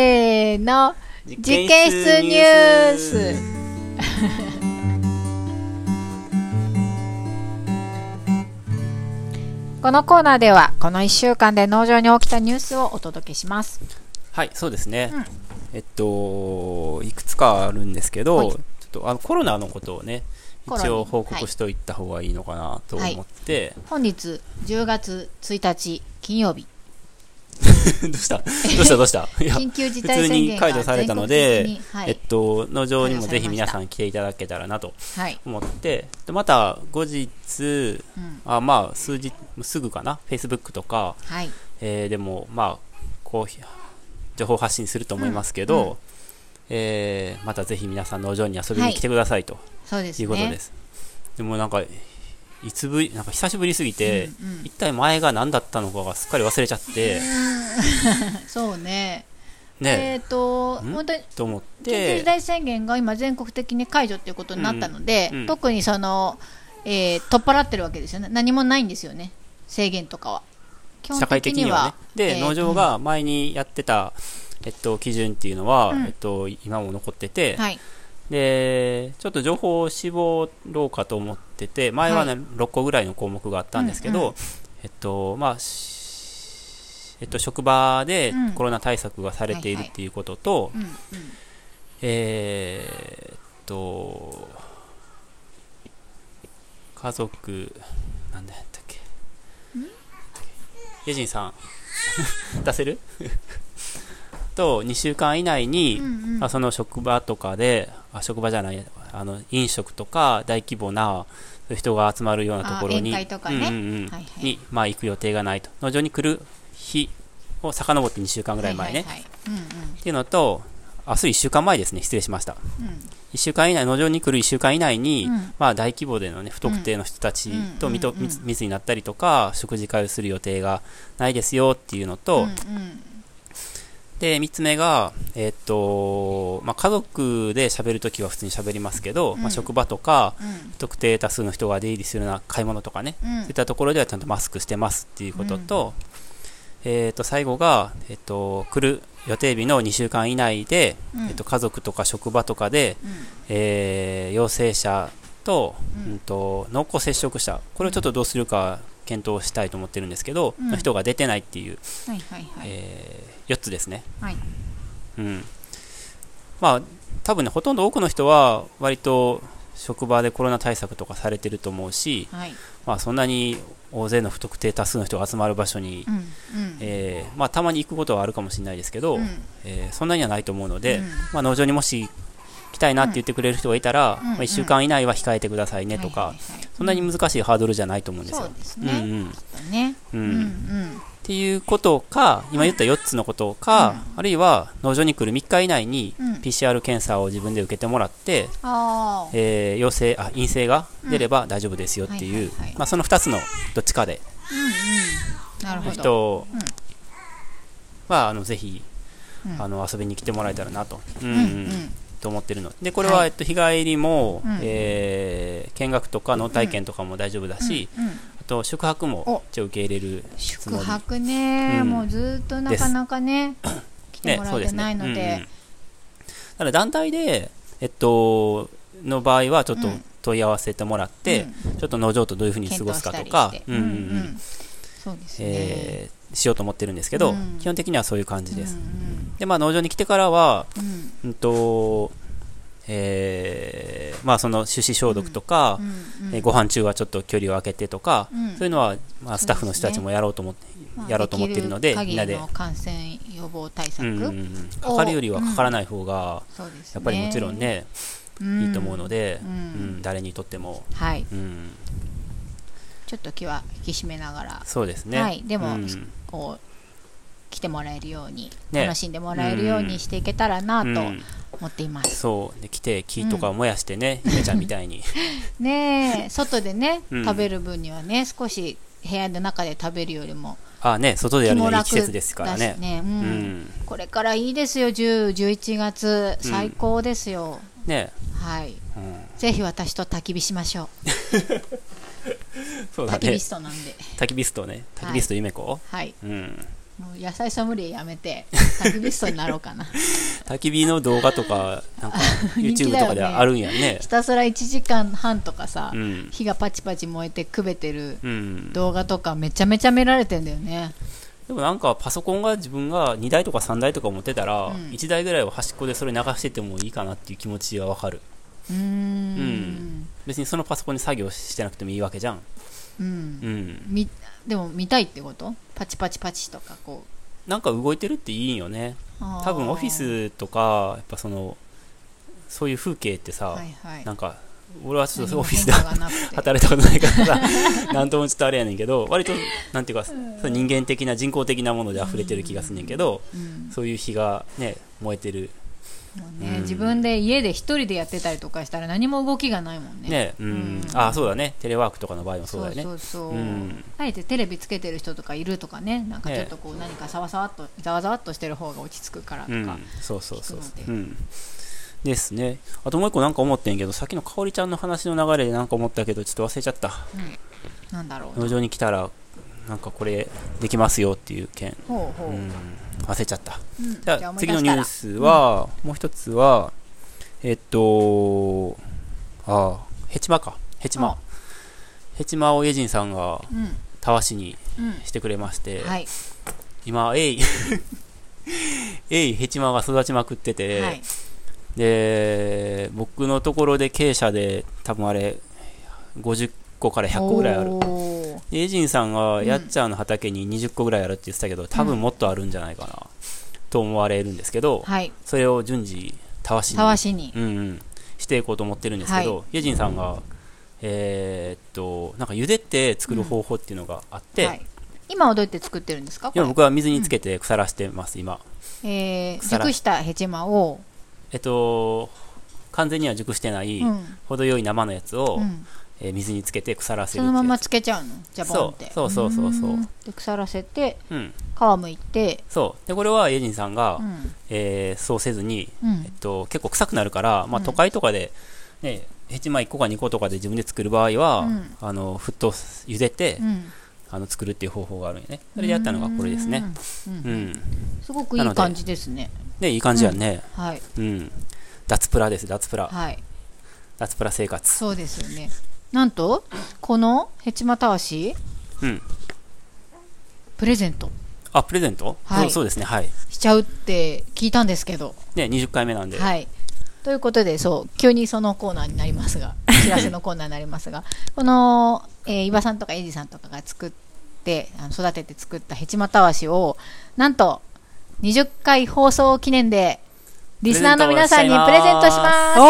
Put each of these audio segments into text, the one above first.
せーの、実実験室ニュース。 このコーナーでは、この1週間で農場に起きたニュースをお届けします。はいそうですね、うんえっといくつかあるんですけど、はいちょっとあのコロナのことをねコロナ一応報告しておいた方がいいのかなと思って、本日10月1日金曜日、 どうしたどうしたどう したいや緊急事態宣言が普通に解除されたの全で国的にはいえっと農場にもぜ解除されましたひ皆さん来ていただけたらなとはい、思ってでまた後日うん、あまあ数日すぐかな Facebook とか、はい、えーでもまあこう情報発信すると思いますけど、うんうえーまたぜひ皆さん農場に遊びに来てくださいとそうですね。いうことです、でもなんかいつぶりなんか久しぶりすぎて、うんうん一体前が何だったのかがすっかり忘れちゃってそうね。えねっ、と、ん本当にと思っ緊急事て態宣言が今全国的に解除っていうことになったので、うんうん特にその、えー取っ払ってるわけですよね。何もないんですよね。制限とかは。基社会的にはねで、えー農場が前にやってた、えっと、基準っていうのは、うんえっと、今も残ってて、はい。でちょっと情報を絞ろうかと思ってて前は、ね6個ぐらいの項目があったんですけど、うんうんえっとまあしえっと、職場でうんコロナ対策がされているはいはいっていうことと、うんうん。えーっと家族なんだやったっけユジンさん 出せる と2週間以内に、うんうんまあ、その職場とかであ職場じゃないあの飲食とか大規模なそういう人が集まるようなところにあ宴会とかねうんうんうんはいはいに、まあ、行く予定がないと農場に来る日を遡って2週間ぐらい前ね、はいはいはいうんっていうのと明日1週間前ですね失礼しましたうん1週間以内農場に来る1週間以内に、うんまあ、大規模での、ね、不特定の人たちとみとうんうんうん密密になったりとか食事会をする予定がないですよっていうのと、うんうんで3つ目が、えーっとまあ、家族で喋るときは普通に喋りますけど、うんまあ、職場とかうん不特定多数の人が出入りするような買い物とかね、うんそういったところではちゃんとマスクしてますっていうことと、えーっと最後が、えーっと来る予定日の2週間以内で、うんえーっと家族とか職場とかで、うんえー陽性者と,、ううんん、と濃厚接触者これをちょっとどうするか検討したいと思ってるんですけど、うん人が出てないっていう、はいはいはい。え4つですね、はいうん、まあ多分ねほとんど多くの人は割と職場でコロナ対策とかされてると思うし、はい。まあ、そんなに大勢の不特定多数の人が集まる場所に、うんうん。えーまあ、たまに行くことはあるかもしれないですけうど、んえーそんなにはないと思うので、うんまあ、農場にもし来たいなって言ってくれる人がいたら、うんまあ、1週間以内は控えてくださいねとか、はいはいはいそんなに難しいハードルじゃないと思うんですそよう。ですうね。んうんきっとね。ううんんうん。っていうことか今言った4つのことか、あるいは農場に来る3日以内にうん PCR 検査を自分で受けてもらって、ああ。えー陽性あ陰性が出れば大丈夫ですよっていう、うんはいはいはいまあ、その2つのどっちかでうんうん。なるほど。人うんはあのぜひ、うんあの遊びに来てもらえたらなと。うんううんんうん。と思ってるのでこれは、はいえっと、日帰りも、うんえー見学とか農体験とかも大丈夫だし、うんあと宿泊も一応受け入れるつ宿もり泊ね、うんもうずっとなかなかね来てもらってないので,、うんうんただ団体で、えっと、の場合はちょっとうん問い合わせてもらって、ちょっと農場とどういうふうに過検ご討すしかたとりかして、うんうんうんそうですね、えーしようと思ってるんですけど、うん基本的にはそういう感じです、うんでまあ農場に来てからはうんうんとえーまあその手指消毒とか、うんうんえーご飯中はちょっと距離を空けてとか、うんそういうのは、まあ、スタッフの人たちもやろうと思って、まあやろうと思ってるのできみんな限でりの感染予防対策、うんうんうんかかるよりはかからない方が、そうですねやっぱりもちろんね、うんいいと思うので、うんうん誰にとっても、はいうん、ちょっと気は引き締めながら、そうですね。はいでも、うんこう来てもらえるように、ね楽しんでもらえるようにしていけたらなとうん思っています、そうで来て木とかを燃やしてね、ゆめちゃんみ たいにねえ外でね、うん食べる分にはね少し部屋の中で食べるよりもあね外でやるの気もにいい楽季節ですからねだしねうんうんこれからいいですよ10、11月最高ですよ、ね、はいうん、ぜひ私と焚き火しましょそううだ焚きね火ストなんで焚き火ストね焚き火ストゆめ子、はいうんもう野菜ソムリエやめて、タキビストになろうか な。焚き火の動画とか、なんか 人気 YouTube だよねとかであるんやねひ。たすら1時間半とかさ、うん。火がパチパチ燃えてくべてるうん。動画とかめちゃめちゃ見られてんだよね。でもなんかパソコンが自分が2台とか3台とか持ってたら、うん1台ぐらいは端っこでそれ流しててもいいかなっていう気持ちはわかる。うーん。別にそのパソコンに作業してなくてもいいわけじゃん。うん。うん。みでも見たいってことパチパチパチとかこう。なんか動いてるっていいんよね。あー多分オフィスとか、やっぱその、そういう風景ってさ、はいはい。なんか、俺はちょっ何とオもフィス変で化がなくて働いたことないからさ なんともちょっとあれやねんけど割となんていうか、その人間的な人工的なもので溢れてる気がすんねんけど、うんそういう日がね燃えてるもうねうん自分で家で一人でやってたりとかしたら何も動きがないもんね。ねうん、うんあそうだねテレワークとかの場合もそうだよねそううそうそう、んあえてテレビつけてる人とかいるとかねなんかちょっとこう何かさわさわっとざわざわっとしてる方が落ち着くからとうんか、そうそうそう聞くのうでんですねあともう一個なんか思ってんけどさっきのかおりちゃんの話の流れでなんか思ったけどちょっと忘れちゃったなんだろう農場に来たらなんかこれできますよっていう件ほうほう、ううんん忘れちゃったじじゃゃああ思い次出のしニたューらスは、もう一つは、えっと、ああ、ヘチマか。ヘチマあ。ヘチマをエジンさんがうたわしにんうんしてくれまして、はい、今、エイ、 エイヘチマが育ちまくってて、はい、で、僕のところで傾斜で多分あれ、50個から100個ぐらいあるる。でエイジンさんがやっちゃんの畑に20個ぐらいあるって言ってたけど、多分もっとあるんじゃないかな、と思われるんですけど、はいそれを順次たわしにたわしにうんうん、していこうと思ってるんですけど、はイェジンさんが、えーっとなんか茹でて作る方法っていうのがあって、はい、今はどうやって作ってるんですかこ今れ僕は水につけて腐らしてます、今えー、腐ら熟したヘチマを、えっと完全には熟してない、うん程よい生のやつを、うん、えー水につけて腐らそせるってのやまつまつけちゃうのじゃボンってそうそうそうそうそうんで腐らせてうん、皮むいてそうでこれはイェジンさんが、うんえーそうせずに、うえっんと、結構臭くなるから、まあ、うん都会とかで、ねヘチマ1個か2個とかで自分で作る場合は、うんあの沸騰す茹でて、うんあの作るっていう方法があるんよねそれでやったのがこれですねうん、うん、すごくいい感じですねでいい感じやんねはいうん、脱プラです脱プラはい脱プラ生活そうですよねなんとこのヘチマたわしうんプレゼントあプレゼント、はいそうそうですねはいしちゃうって聞いたんですけどね20回目なんで、はいということでそう急にそのコーナーになります が知らせのコーナーになりますがこの、えー、伊庭さんとかエイジさんとかが作ってあの育てて作ったヘチマたわしをなんと20回放送記念でリスナーの皆さんにプレゼントしますお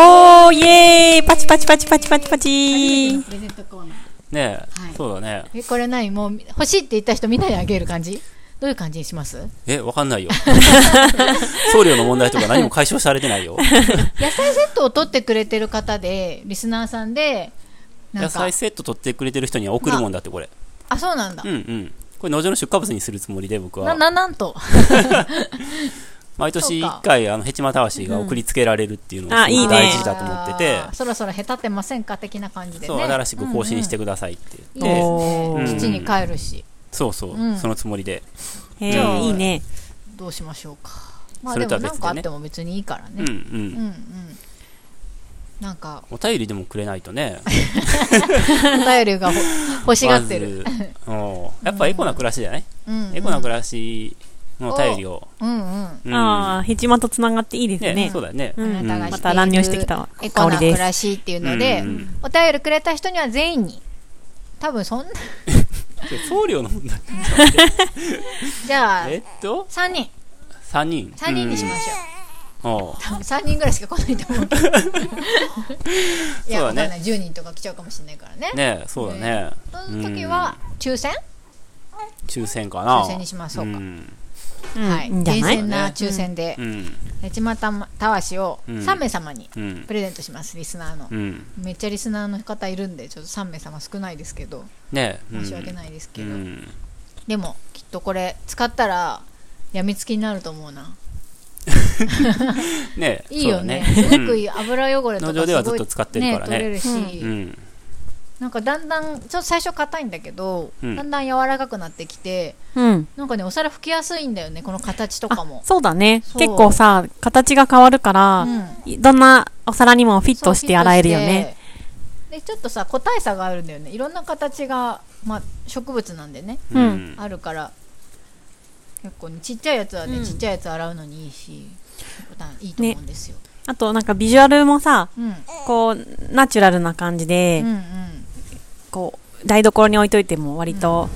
ー、イエーイパチパチパチパチパチパチプレゼントコーナーね、はいそうだねえこれ何もう欲しいって言った人みんなにあげる感じどういう感じにしますえわかんないよ 送料の問題とか何も解消されてないよ野菜セットを取ってくれてる方でリスナーさんでなん野か菜セット取ってくれてる人には送るもんだってこれ、あそうなんだ、うんうんこれ農場の出荷物にするつもりで僕なはななんと毎年そうか1回あのヘチマたわしが送りつけられるっていうのがあすごいくね大事だと思ってて、あーそろそろへたってませんか的な感じでねそう新しく更新してくくださいってれ言って、いおいーですね土に帰るしそうそう、うんそのつもりで、えー、いいね。どうしましょうかまあそでれともは別でなんかねあっても別にいいからうねんうん、うんうんなんかお便りでもくれないとねお便り がほ欲しがってるまずうんやっぱエコな暮らしじゃない、うんうんエコな暮らしのお便りを、うんうんうんあー、ヘチマとつながっていいですねねそう。だよね、うあんなたがまた乱入してきたエコ香なりで暮す。らしっていうので、うんうんお便りくれた人には全員に多分そんなで送料の問題じゃあえっと3人3人3人にしましょう、ょうんおう多分3人ぐらいしか来ないと思う けどいやそうだねわかんない10人とか来ちゃうかもしれないからねねそうだね、その時は抽選、抽選かな抽選にしましょうかんうんはいいいんじゃない厳選な抽選でうんねちまたたわしをうん3名様にうんプレゼントしますリスナーのう、んめっちゃリスナーの方いるんでちょっと3名様少ないですけどね申し訳いないですけうど、ん、でもきっとこれ使ったらやみつきになると思うなねいいよねそうだすごくいい油汚れと農場かではすずごっいと使ってるからね取れるし、うんなんかだんだんちょっと最初硬いんだけど、うんだんだん柔らかくなってきてうん。なんかねお皿拭きやすいんだよねこの形とかあも、そうだねそ。う結構さ、形が変わるかうら、ん、どんなお皿にもフィッそうトして洗えるよね。フィットしてでちょっとさ個体差があるんだよねいろんな形が、まあ、植物なんでねうんあるから結構ねちっちゃいやつはね、うんちっちゃいやつ洗うのにいいしいいと思うんですよ、あとなんかビジュアルもさ、うん、こう、ナチュラルな感じで、うんうんこう、台所に置いといても割と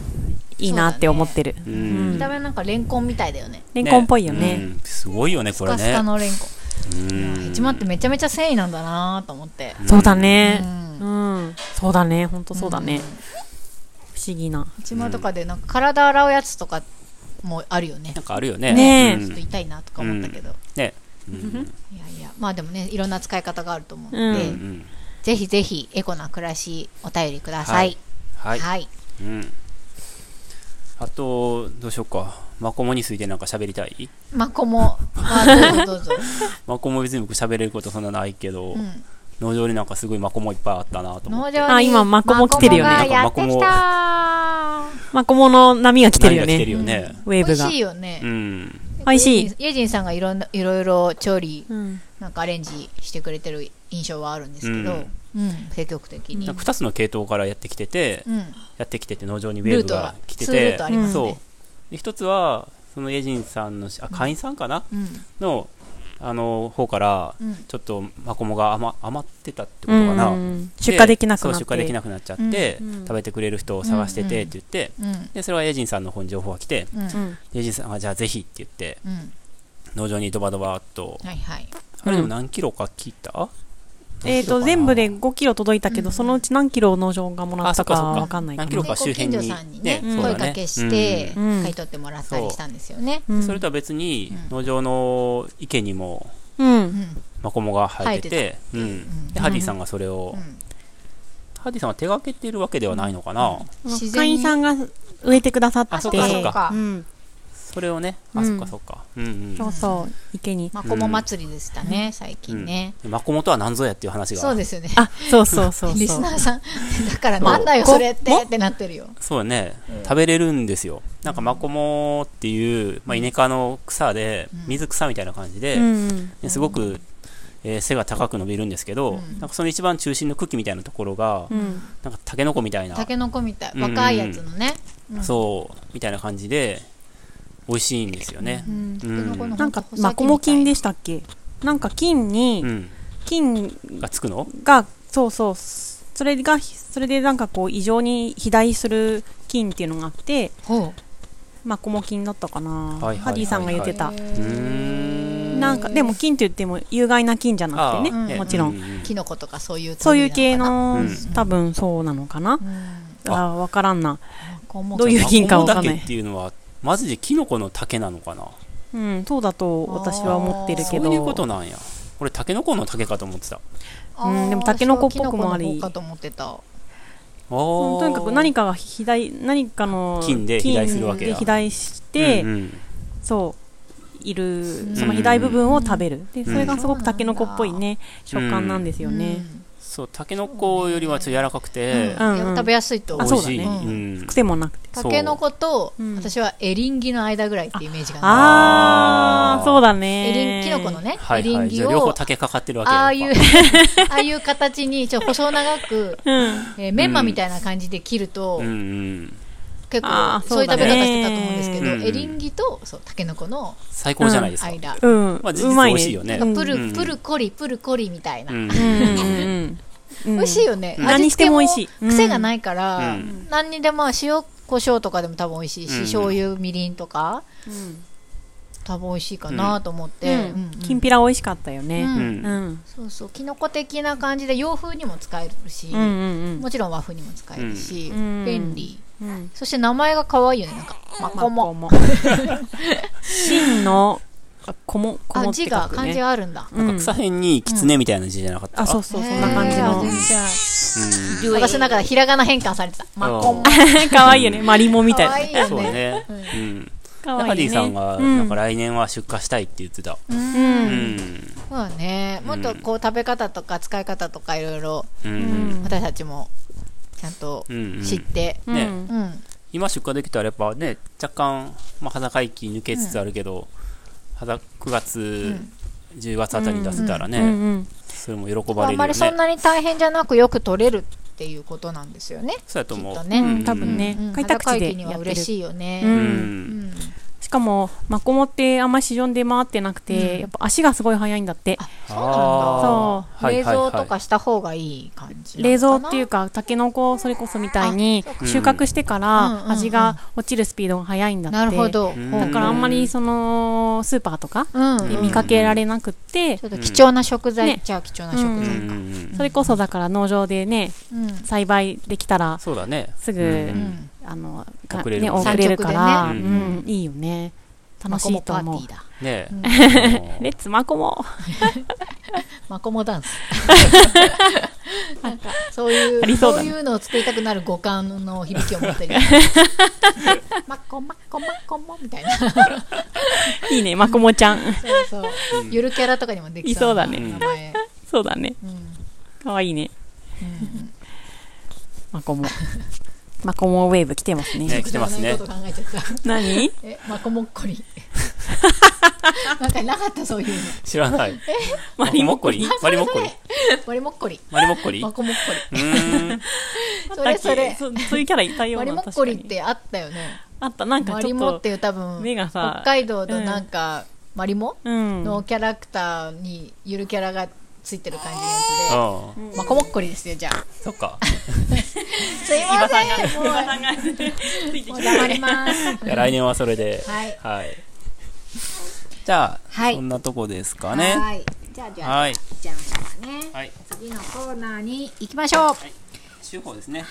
いいなって思ってる。うんうん見た目なんかレンコンみたいだよねレンコンっぽいよね。うんすごいよねこスれカねスカのレンコンうんヘチマってめちゃめちゃ繊維なんだなと思って、そうだう、ね。うんん。そうだね。ほんとそうだね。不思議な。ヘチマとかでなんか体洗うやつとかもあるよねなんかあるよねねえうんちょっと痛いなとか思ったけど、ねうんいやいやまあでもねいろんな使い方があると思うのうで、んうんぜひぜひエコな暮らしお便りくださいははい、いうんあとどうしようかマコモについてなんか喋りたいまあこも、まあ、どうぞどうぞ、マコモ別に僕喋れることそんなないけどうん、農場になんかすごいマコモいっぱいあったなと思っ農て場にあ今マコモ来てるよマコねモがやってきたまあ、小物波が来てるよ何が来てるね。よねウェー美ブが味し。いよねう、ん美味しいイエジンさんがいろんないろいろ調理うん。なんかアレンジしてくれてる印象はあるんですけど、うん積極的に、なうんんか2つの系統からやってきててやってきてて農場にウェーブが来てルートがツールてートありますねそうで1つはそのエジンさんのあ会員さんかなうんのあの方からうんちょっとマコモが余余ってたってことかな、うん出荷できなくなっそうて。出荷できなくなっちゃって、うんうん食べてくれる人を探しててって言って、うんでそれはエイジンさんの方に情報が来て、うんううんん。エイジンさんがじゃあぜひって言ってうん農場にドバドバっと、はいはいあれでも何キロか聞いた、え何キロっ、かと、な全部で5キロ届いたけど、うんそのうち何キロ農場がもらったかあそっかそっかわかんないか何キロな。か周辺にでご近所さんにねねそうだ声ねかけして、うん買い取ってもらったりしたんですよね、うんそれとは別にうん農場の池にもう。うんんマコモが生えてて生うんうんでハディさんがそれを、うんハディさんは手がけてるわけではないのかな、自然会に員さんが植えてくださって。あそっうかそっうかうん。それをねあ、うんそっかそっかうんうんそうそう。池に。マコモ祭りでしたね、最近ね、でマコモとは何ぞやっていう話がそうですよねあ、そうそうそうリそスう。ナーさんだからなんだよそうそれってこってなってるよそうだね、食べれるんですよなんかマコモっていう、まあ、イネ科の草でうん水草みたいな感じで、うん。ですごく、えー背が高く伸びるんですけど、うんなんかその一番中心の茎みたいなところが、うん。なんかタケノコみたいな、タケノコみたいうんうん若いやつのね、うんそうみたいな感じで美味しいんですよねう、ん、タケノコのなほんとか、穂先みたいマコモ菌でしたっけなんか菌にうん、菌がつくのが、そうそう。それが、それでなんかこう、異常に肥大する菌っていうのがあって、ほマコモ菌だったかな。はいはいはいはいハディさんが言ってうた。うーんなんか、でも菌と言っても有害な菌じゃなくてね。ねもちろんうキノコとかそういうそういう系の、うん多分そうなのかなう。んあ、わからんな。どどういう菌かわかんないマコモタケっていうのはマジでキノコの竹なのかなうん、そうだと私は思ってるそけど。ういうことなんや俺タケノコの竹かと思ってたうんでもタケノコっぽくもありかと思ってたあうんーとにかく何かが肥大、何かの菌で肥大するわけだ菌で肥大して、うんうんそう、いる、んその肥大部分を食べる。で、んそれがすごくタケノコっぽいね、食感なんですよね。そうタケノコよりはちょっと柔らかくて、うんうんうんいや食べやすいと美思う味あそうだしい、ねうん癖もなくて。タケノコとうん私はエリンギの間ぐらいってイメージがあるああーー、そうだエリンね。キノコのねはエいリはンいじギゃあ両方を竹かかってるわけああいう やっぱああいう形にちょっと細長くえーメンマみたいな感じで切るとうんうん結構あーそういうそう食だべね方してたと思うんですけどうんエリンギとそうタケノコの最高じゃないですか、間うん。まあ事実うまい美味しいよねね。なうんんプうルんプルコリプルコリみたいなうんうんうんうん。 美味しいよねうん味付け何しても美味しいうん癖がないからうん何にでも塩コショウとかでも多分美味しいうんし醤油みりんとかうん。多分美味しいかなと思ってでうんうん、きんぴら美味しかったようね。うんんうん。そうそうキノコ的な感じで洋風にも使えるしうんうんもちろん和風にも使えるしうん便利うん。うん。そして名前が可愛いよねなんかマコモも。真の、あこも、こもあっ字て書がく漢字ね。があるんだうん草辺にキツネみたいな字じゃなかった、あ、そうそう、そんな感じへーの。全うん然私の中でひらがな変換されてたマコモかわいいよね。マリモみたい可な愛いね。よそうねね。ううんん。かハわいデいィね。さんが、うんなんか来年は出荷したいって言ってた。ううん。うんん。そうだねもっとこう食べ方とか使い方とかいろいろううんん。私たちもちゃんとうんうん知って、うんねうん今出荷できたらやっぱね若干、まあ、裸行き抜けつつあるけど、肌9月、うん10月あたりに出せたらね、うんうんそれも喜ばあれんるよまねりそんなに大変じゃなくよく取れるっていうことなんですよね。そうやと思きっう、とねう多分ねうん、開拓地でやってる裸駅には嬉しいようね。ん、うんうんしかもマコモってあんまり市場で回ってなくて、うんやっぱ足がすごい速いんだってあそうなんだ。あーはい冷はいはい蔵とかした方がいい感じなの冷かな蔵っていうかタケノコそれこそみたいにか収穫してかうんうんうんら味が落ちるスピードが速いんだって、なるほどうんだからあんまりそのスーパーとかうんうんで見かけられなくってちょ、っと貴重な食材ねっちゃ貴重な食うん材うかんうんそれこそだから農場でねうん栽培できたらそうだねすぐうんうんあのか遅れるね、もんね遅れるから、産直でうねんいいよね楽しいと思うマコモパーティーだねうんえ、あのレッツマコモマコモダ ンスなんかそういうありそそううだねいうのを作りたくなる五感の響きを持って るマコマコマコモみたいなそういいねマコモちゃん そうゆるキャラとかにもできないそうだね名前そうだねうんかわいいねうんマコモ マコモウェーブ来てますねね来てますねくだらないこと考えちゃった 何えマコモッコ リなんかなかったそういうの知らないマリモッコリリマリモッコリマリモッコリマリモッコリマうコモッコリーんそれそれそそういうキャラいたよマうリなモッコリっ確かにてあったよねあったなんかマちリょっモっとていう多分目がさ北海道のなんか、マリモうんのキャラクターにゆるキャラがついてる感じのやああつで、マコモッコリですよじゃあそっかすいませんもおう互いついてもきうて黙りますいや来年はそれではいはいじゃあ、はいそんなとこですかねはいじゃあじゃあはいじゃあじゃあねはい次のコーナーに行きましょう週報ですね